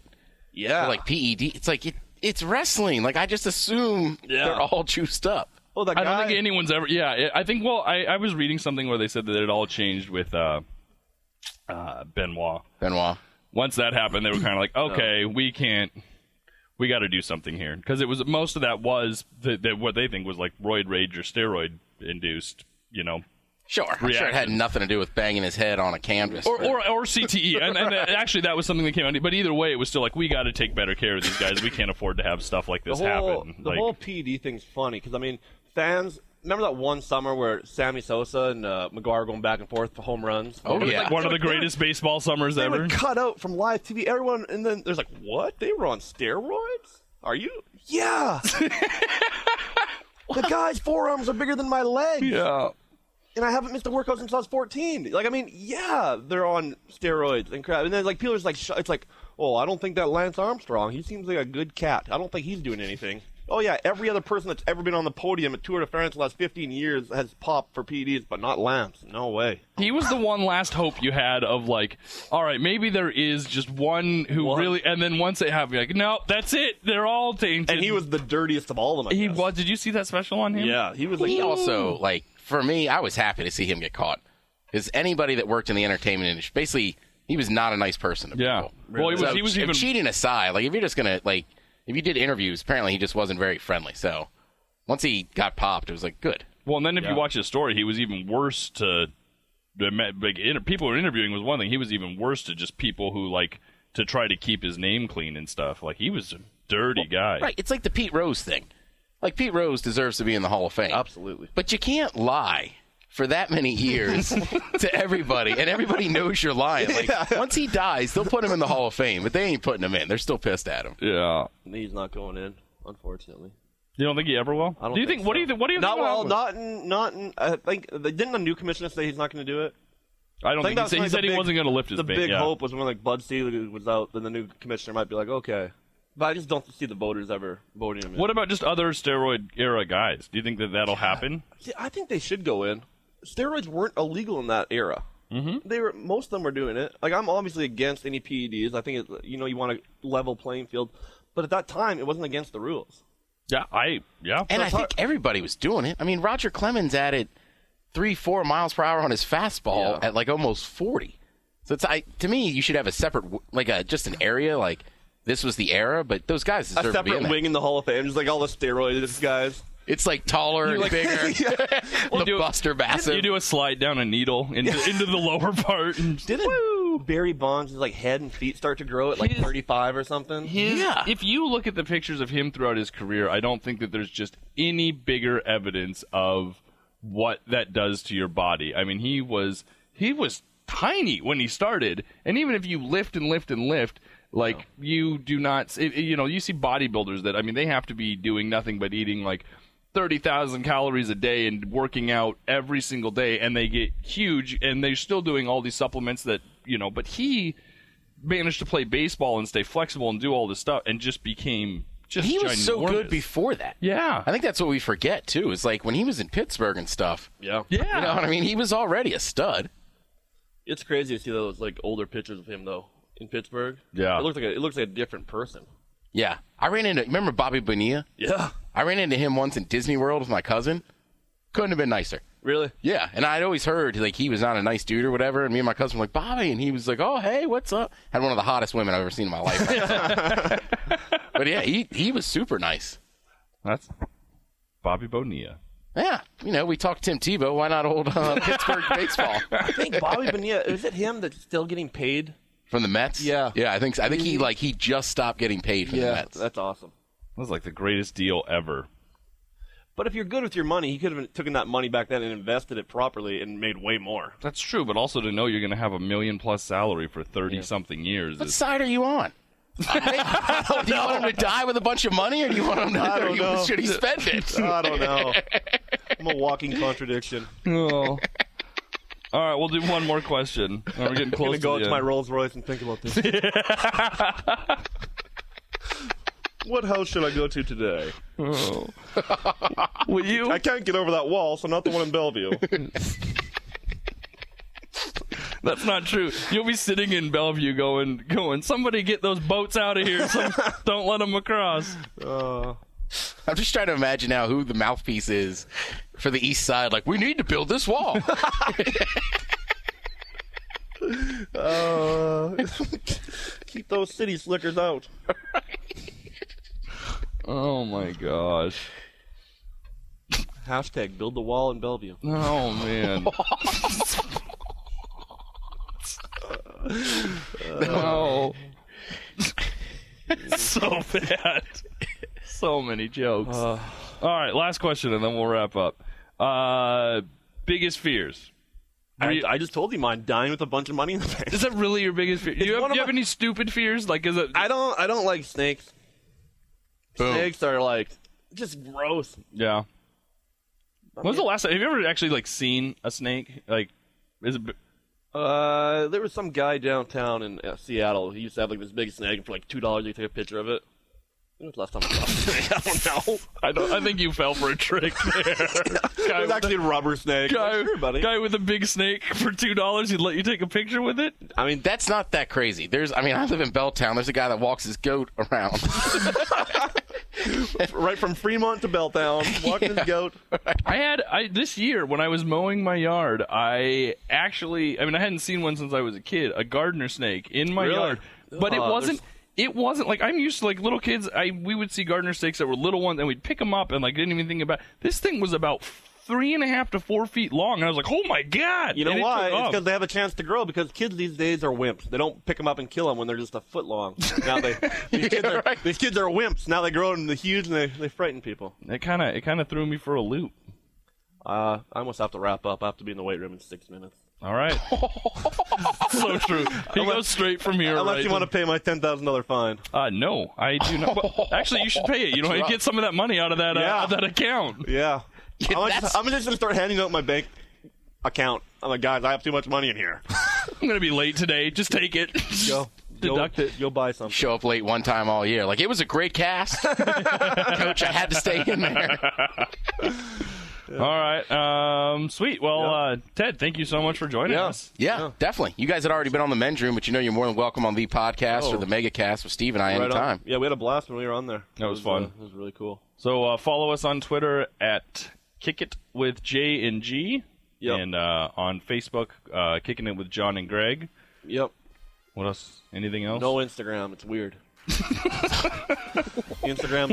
S3: Yeah.
S4: They're like PED. It's like it, it's wrestling. Like I just assume
S3: Yeah.
S4: they're all juiced up.
S3: oh, that
S2: I
S3: guy.
S2: don't think anyone's ever. Yeah, I- I think. Well, I, I was reading something where they said that it all changed with uh, uh, Benoit.
S4: Benoit.
S2: once that happened, they were kind of like,
S3: Oh.
S2: okay, we can't, we got to do something here because it was most of that was that that what they think was like roid rage or steroid induced, you know,
S4: Sure, I'm sure it had
S2: Reaction.
S4: nothing to do with banging his head on a canvas.
S2: or, or or CTE, and, and uh, actually that was something that came out. But either way, it was still like we got to take better care of these guys. We can't afford to have stuff like this
S3: the whole,
S2: happen.
S3: The
S2: like,
S3: whole PD thing's funny because I mean, fans remember that one summer where Sammy Sosa and uh, McGuire going back and forth for home runs.
S4: oh
S3: It was
S4: yeah,
S3: like,
S2: one of the greatest baseball summers
S3: they
S2: ever.
S3: were cut out from live TV. Everyone, and then there's like, what? They were on steroids? Are you? Yeah. the guy's forearms are bigger than my legs.
S2: Yeah.
S3: and I haven't missed a workout since I was 14. Like, I mean, yeah, they're on steroids and crap. And then, like, people are just like, sh- it's like, oh, I don't think that Lance Armstrong, he seems like a good cat. I don't think he's doing anything. Oh, yeah, every other person that's ever been on the podium at Tour de France the last 15 years has popped for PDs, but not Lance. No way.
S2: He was the one last hope you had of like, all right, maybe there is just one who really, and then once they have, you're like, no, that's it. They're all tainted.
S3: And he was the dirtiest of all of them. I
S2: He
S3: guess.
S2: was. Did you see that special on him?
S3: Yeah, he was like,
S4: he also like for me, I was happy to see him get caught because anybody that worked in the entertainment industry, basically, he was not a nice person. To
S2: Yeah.
S3: Oh,
S4: people.
S2: Well, he was.
S4: So,
S2: He was
S4: if
S2: even.
S4: cheating aside, like if you're just gonna like if you did interviews, apparently he just wasn't very friendly. So once he got popped, it was like good.
S2: Well, and then if you watch his story, he was even worse to the me- like inter- people were interviewing was one thing. He was even worse to just people who like to try to keep his name clean and stuff. Like he was a dirty guy.
S4: Right. It's like the Pete Rose thing. Like Pete Rose deserves to be in the Hall of Fame.
S3: absolutely.
S4: But you can't lie for that many years to everybody, and everybody knows you're lying. Like once he dies, they'll put him in the Hall of Fame, but they ain't putting him in. They're still pissed at him.
S2: Yeah.
S3: He's not going in, unfortunately.
S2: You don't think he ever will?
S3: don't
S2: do you think?
S3: think
S2: What
S3: so.
S2: do you think? What do you
S3: Not
S2: think?
S3: well,
S2: will happen?
S3: not in, not in, I think, didn't the new commissioner say he's not going to do it?
S2: I don't think,
S3: that
S2: he said,
S3: was
S2: he,
S3: like
S2: said
S3: the
S2: he
S3: big-
S2: wasn't going to lift his
S3: the
S2: ban,
S3: big
S2: yeah.
S3: hope was when like Bud Selig was out, then the new commissioner might be like, okay. But I just don't see the voters ever voting him. in.
S2: What about just other steroid era guys? Do you think that that'll happen?
S3: See, I think they should go in. Steroids weren't illegal in that era. Mm-hmm. They were most of them were doing it. Like I'm obviously against any PEDs. I think it's, you know you want a level playing field, but at that time it wasn't against the rules.
S2: Yeah, I yeah.
S4: And I
S3: it's hard-
S4: think everybody was doing it. I mean, Roger Clemens added three, four miles per hour on his fastball at like almost forty. So it's I to me, you should have a separate w- like a just an area like this was the era, but those guys
S3: A
S4: deserve to be in
S3: separate
S4: there.
S3: wing in the Hall of Fame, just like all the steroids guys.
S4: It's like taller and bigger. the
S2: do-
S4: Buster Bassett.
S2: you do a slide down a needle into, into the lower part. And,
S3: Didn't Barry Bonds' like head and feet start to grow at like 35 or something?
S2: His-
S4: Yeah.
S2: If you look at the pictures of him throughout his career, I don't think that there's just any bigger evidence of what that does to your body. I mean, he was he was tiny when he started, and even if you lift and lift and lift, like you do not, it, it- you know, you see bodybuilders that I mean, they have to be doing nothing but eating like. 30,000 calories a day and working out every single day and they get huge and they're still doing all these supplements that, you know, but he managed to play baseball and stay flexible and do all this stuff and just became just
S4: he was so good
S2: ginormous.
S4: before that.
S2: yeah
S4: I think that's what we forget too. Is like when he was in Pittsburgh and stuff.
S3: Yeah.
S2: yeah
S4: You know what I mean? He was already a stud.
S3: It's crazy to see those like older pictures of him though in Pittsburgh.
S2: Yeah.
S3: it looks like a, it looks like a different person.
S4: Yeah. I ran into remember Bobby Bonilla?
S3: Yeah,
S4: I ran into him once in Disney World with my cousin. Couldn't have been nicer.
S3: really.
S4: Yeah, and I'd always heard like he was not a nice dude or whatever, and me and my cousin were like Bobby, and he was like, "Oh hey, what's up?" Had one of the hottest women I've ever seen in my life. but yeah, he he was super nice.
S2: that's bobby bonilla
S4: Yeah, you know, we talked Tim Tebow. Why not old uh, Pittsburgh baseball
S3: I think Bobby Bonilla is it him that's still getting paid?
S4: from the Mets?
S3: Yeah.
S4: yeah. I think so. I think he like he just stopped getting paid from the Mets.
S3: that's awesome.
S2: that was like the greatest deal ever
S3: But if you're good with your money, he could have taken that money back then and invested it properly and made way more.
S2: that's true but also to know you're going to have a million plus salary for 30 something years
S4: What
S2: is
S4: side are you on? do you want him to die with a bunch of money, or do you want him to?
S3: I don't
S4: or you-
S3: know.
S4: Should he spend it?
S3: I don't know. I'm a walking contradiction.
S2: all right we'll do one more question All right, we're getting
S3: I'm
S2: close
S3: gonna go
S2: to,
S3: out
S2: the
S3: to my
S2: end.
S3: Rolls Royce and think about this. what house should I go to today?
S2: will you
S3: I can't get over that wall, so not the one in Bellevue.
S2: That's not true. You'll be sitting in Bellevue going, going. Somebody get those boats out of here. Some, don't let them across.
S3: Uh,
S4: I'm just trying to imagine now who the mouthpiece is for the East Side. Like, we need to build this wall.
S3: Uh, Keep those city slickers out.
S2: Oh my gosh.
S3: Hashtag build the wall in Bellevue.
S2: Oh man. no. so bad. So many jokes. Uh. All right, last question, and then we'll wrap up. Uh, biggest fears.
S3: I, I just told you mine. Dying with a bunch of money in the bank.
S2: Is that really your biggest fear? Do you, have,
S3: one
S2: do
S3: of
S2: you have
S3: my-
S2: any stupid fears? Like, is it?
S3: I don't. I don't like snakes. Snakes are like just gross.
S2: yeah. When's the last time? Have you ever actually like seen a snake? Like, is it?
S3: Uh, there was some guy downtown in uh, Seattle. He used to have like this big snake, and for like two dollars, you could take a picture of it. When was the last time I saw a snake? I don't know.
S2: I don't. I think you fell for a trick there.
S3: It was actually a rubber snake.
S2: guy,
S3: Sure, buddy.
S2: guy with a big snake for two dollars. He'd let you take a picture with it.
S4: I mean, that's not that crazy. There's, I mean, I live in Belltown. There's a guy that walks his goat around.
S3: Right from Fremont to Belltown, walking his goat.
S2: I had I this year when I was mowing my yard. I actually, I mean, I hadn't seen one since I was a kid. A gardener snake in my
S3: Really? Oh,
S2: yard, but it
S3: Aw,
S2: wasn't. It wasn't like I'm used to like little kids. I we would see gardener snakes that were little ones, and we'd pick them up and like didn't even think about. This thing was about three and a half to four feet long, and I was like, oh my god!
S3: You know
S2: And it
S3: why?
S2: took
S3: It's
S2: off.
S3: because they have a chance to grow. Because kids these days are wimps. They don't pick them up and kill them when they're just a foot long. Now they these, kids are, these kids are wimps. Now they grow into huge and they, they frighten people.
S2: it kind of it kind of threw me for a loop.
S3: Uh, I almost have to wrap up. I have to be in the weight room in six minutes.
S2: All right, so true. He goes straight from here.
S3: Unless
S2: right
S3: you
S2: to
S3: want to pay my ten thousand dollar fine.
S2: Uh, no, I do not. Well, actually, you should pay it. You know, you get some of that money out of that uh,
S3: Yeah.
S2: out of that account.
S3: Yeah. I'm, just, I'm just gonna start handing out my bank account. I'm like, guys, I have too much money in here.
S2: I'm gonna be late today. Just take it.
S3: Go.
S2: Deduct
S3: go,
S2: it.
S3: You'll buy something.
S4: Show up late one time all year. Like, it was a great cast. Coach, I had to stay in there.
S2: All right. Um. Sweet. Well, uh, Ted, thank you so much for joining us.
S4: Yeah, definitely. You guys had already been on the men's room, but you know you're more than welcome on the podcast or the mega cast with Steve and I
S3: Oh. Right on.
S4: anytime.
S3: Yeah, we had a blast when we were on there. That
S2: was fun.
S3: it was really cool.
S2: So uh, follow us on Twitter at Kick It with J and G,
S3: Yep.
S2: and uh, on Facebook, uh, Kicking It with John and Greg.
S3: Yep.
S2: What else? Anything else?
S3: No Instagram. It's weird. Instagram.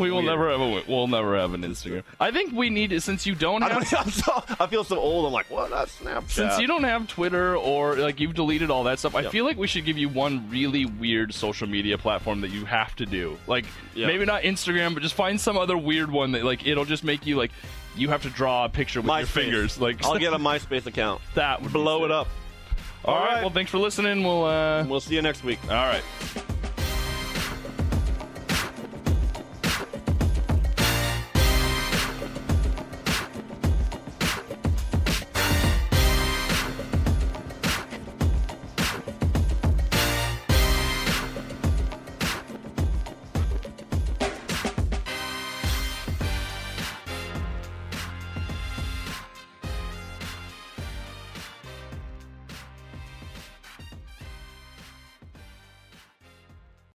S2: We will never have a we'll never have an Instagram. I think we need to- since you don't
S3: I,
S2: have
S3: don't, I'm so, I feel so old. I'm like, what? That's Snapchat.
S2: Since you don't have Twitter or like you've deleted all that stuff, I feel like we should give you one really weird social media platform that you have to do. Like maybe not Instagram, but just find some other weird one that like it'll just make you like you have to draw a picture with your
S3: MySpace.
S2: fingers. Like
S3: I'll get a MySpace account.
S2: that. would be
S3: Blow it
S2: sick.
S3: up.
S2: all
S3: All
S2: right.
S3: right.
S2: Well, thanks for listening. We'll uh.
S3: We'll see you next week.
S2: All right.